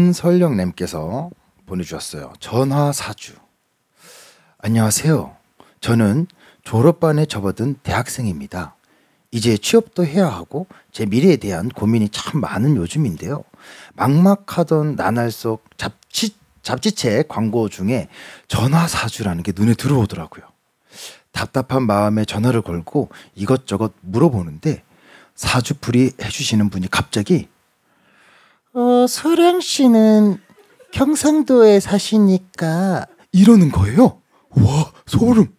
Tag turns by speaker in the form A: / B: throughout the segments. A: 변설령님께서 보내주셨어요. 전화 사주. 안녕하세요. 저는 졸업반에 접어든 대학생입니다. 이제 취업도 해야 하고 제 미래에 대한 고민이 참 많은 요즘인데요. 막막하던 나날 속 잡지 잡지책 광고 중에 전화 사주라는 게 눈에 들어오더라고요. 답답한 마음에 전화를 걸고 이것저것 물어보는데 사주풀이 해주시는 분이 갑자기 어, 소량 씨는 경상도에 사시니까 이러는 거예요. 와, 소름.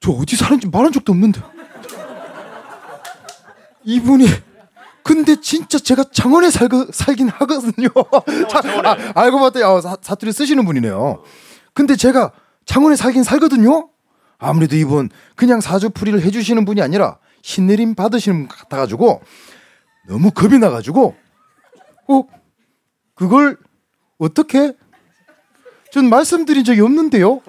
A: 저 어디 사는지 말한 적도 없는데. 이분이 근데 진짜 제가 장원에 살 살긴 하거든요. 자, 아, 알고 봤더니 아, 사, 사투리 쓰시는 분이네요. 근데 제가 장원에 살긴 살거든요. 아무래도 이분 그냥 사주풀이를 해주시는 분이 아니라 신내림 받으시는 분 같아가지고 너무 겁이 나가지고 어 그걸 어떻게 전 말씀드린 적이 없는데요.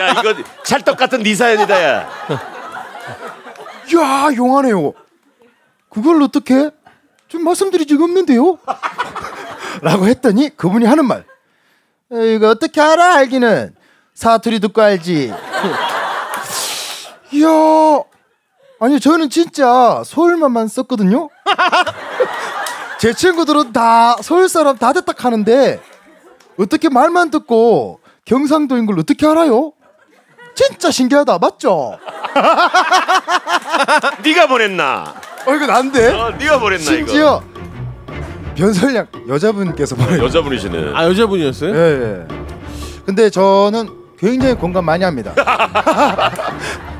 B: 야 이거 찰떡 같은 네 사연이다. 야.
A: 야 용하네요. 그걸 어떻게? 좀 말씀드린 적 없는데요. 라고 했더니 그분이 하는 말. "에, 이거 어떻게 알아 알기는 사투리 듣고 알지. 이야 아니 저는 진짜 서울만만 썼거든요. 제 친구들은 다 서울 사람 다 됐다 하는데 어떻게 말만 듣고 경상도인 걸 어떻게 알아요? 진짜 신기하다 맞죠?
B: 네가 보냈나?
A: 어 이거 난데.
B: 어, 네가 보냈나 이거.
A: 심지어 변설량 여자분께서 보내. 요
B: 여자분이시네.
C: 아 여자분이었어요?
A: 예, 예. 근데 저는 굉장히 공감 많이 합니다.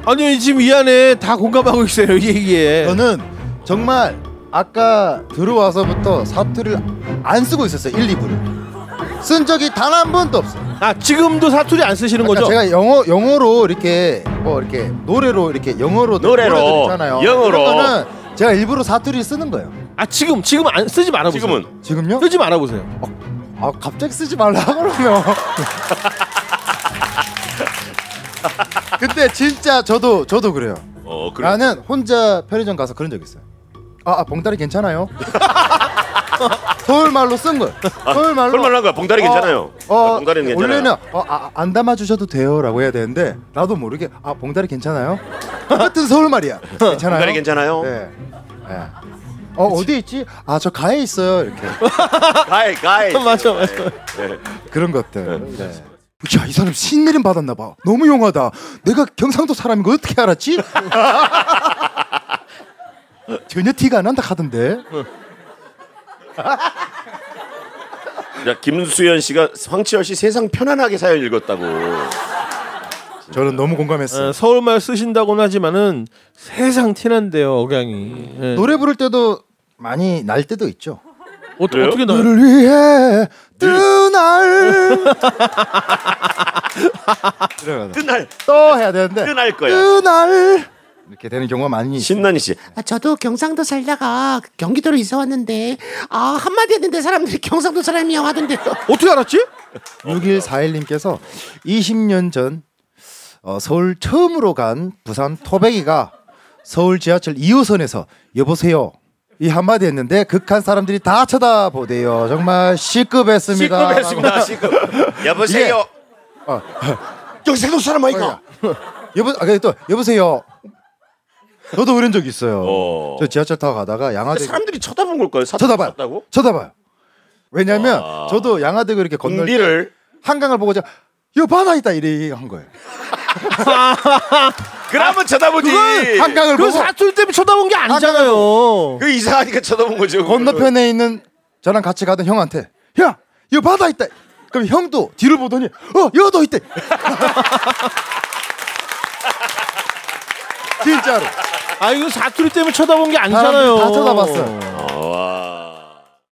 C: 아니요 지금 이 안에 다 공감하고 있어요 이
B: 네.
C: 얘기에.
A: 저는 정말 아까 들어와서부터 사투리를 안 쓰고 있었어요. 1, 2부를. 쓴 적이 단 한 번도 없어요.
C: 아 지금도 사투리 안 쓰시는
A: 그러니까
C: 거죠?
A: 제가 영어 영어로 이렇게 뭐 이렇게 노래로 이렇게 영어로
B: 노래로,
A: 노래들 있잖아요.
B: 영어로.
A: 그런 거는 제가 일부러 사투리를 쓰는 거예요.
C: 아 지금 지금 안 쓰지 말아보세요.
B: 지금은
A: 지금요?
C: 쓰지 말아보세요.
A: 아 갑자기 쓰지 말라 그러면. 근데 진짜 저도 저도 그래요.
B: 어 그래.
A: 나는 혼자 편의점 가서 그런 적 있어요. 아, 아 봉다리 괜찮아요? 서울 말로 쓴 거. 서울 말로.
B: 그런 아, 말한 거야. 봉다리 괜찮아요. 어, 봉다리는 괜찮아요.
A: 원래는 어, 아, 안 담아 주셔도 돼요라고 해야 되는데 나도 모르게 아 봉다리 괜찮아요? 똑같은 서울 말이야. 괜찮아요.
B: 봉다리 괜찮아요.
A: 네. 네. 어 어디 있지? 아 저 가에 있어요. 이렇게
B: 가해 가해.
C: 맞아 맞아.
B: 네.
A: 그런 것들. 네. 야, 이 사람 신내림 받았나 봐. 너무 용하다. 내가 경상도 사람인 거 어떻게 알았지? 전혀 티가 안 난다 하던데.
B: 야 김수현 씨가 황치열 씨 세상 편안하게 사연 읽었다고.
A: 저는 너무 공감했어요.
C: 어, 서울말 쓰신다고는 하지만은 세상 티난데요 억양이. 예.
B: 네.
A: 노래 부를 때도 많이 날 때도 있죠.
C: 어,
B: 그래요?
C: 어떻게 나요?
A: 너를 위해
B: 네.
A: 뜨날
B: 끝날
A: 또 해야 되는데
B: 뜨날 거야.
A: 뜨날 이렇게 되는 경우가 많이 있어요.
B: 신난이 씨.
D: 아, 저도 경상도 살다가 경기도로 이사 왔는데 아 한마디 했는데 사람들이 경상도 사람이야 하던데요.
C: 어떻게 알았지?
A: 6141님께서 20년 전 어, 서울 처음으로 간 부산 토백이가 서울 지하철 2호선에서 여보세요 이 한마디 했는데 극한 사람들이 다 쳐다보대요 정말 시급했습니다 아,
B: 시급했습니다. 아, 시급. 여보세요.
A: 어.
D: 경상도 사람 아이가.
A: 여보 아, 그래 또 여보세요 저도 그런 적 있어요
B: 어.
A: 저 지하철 타고 가다가 양아대
B: 사람들이 쳐다본 걸까요?
A: 쳐다봐요
B: 다고
A: 쳐다봐요 왜냐면
B: 와.
A: 저도 양아대교 음, 이렇게 건널 때
B: 공비를
A: 한강을 보고 저여 바다 있다 이래 한 거예요
B: 그러면 쳐다보지.
A: 한강을
C: 그
A: 보고
C: 사투리 때문에 쳐다본 게 아니잖아요.
B: 그 이상하니까 쳐다본 거죠.
A: 건너편에 있는 저랑 같이 가던 형한테 야, 여 바다 있다. 그럼 형도 뒤를 보더니 어, 여도 있대. 진짜로.
C: 아 이거 사투리 때문에 쳐다본 게
A: 사람들이
C: 아, 아니잖아요.
A: 다 쳐다봤어요.
B: 아,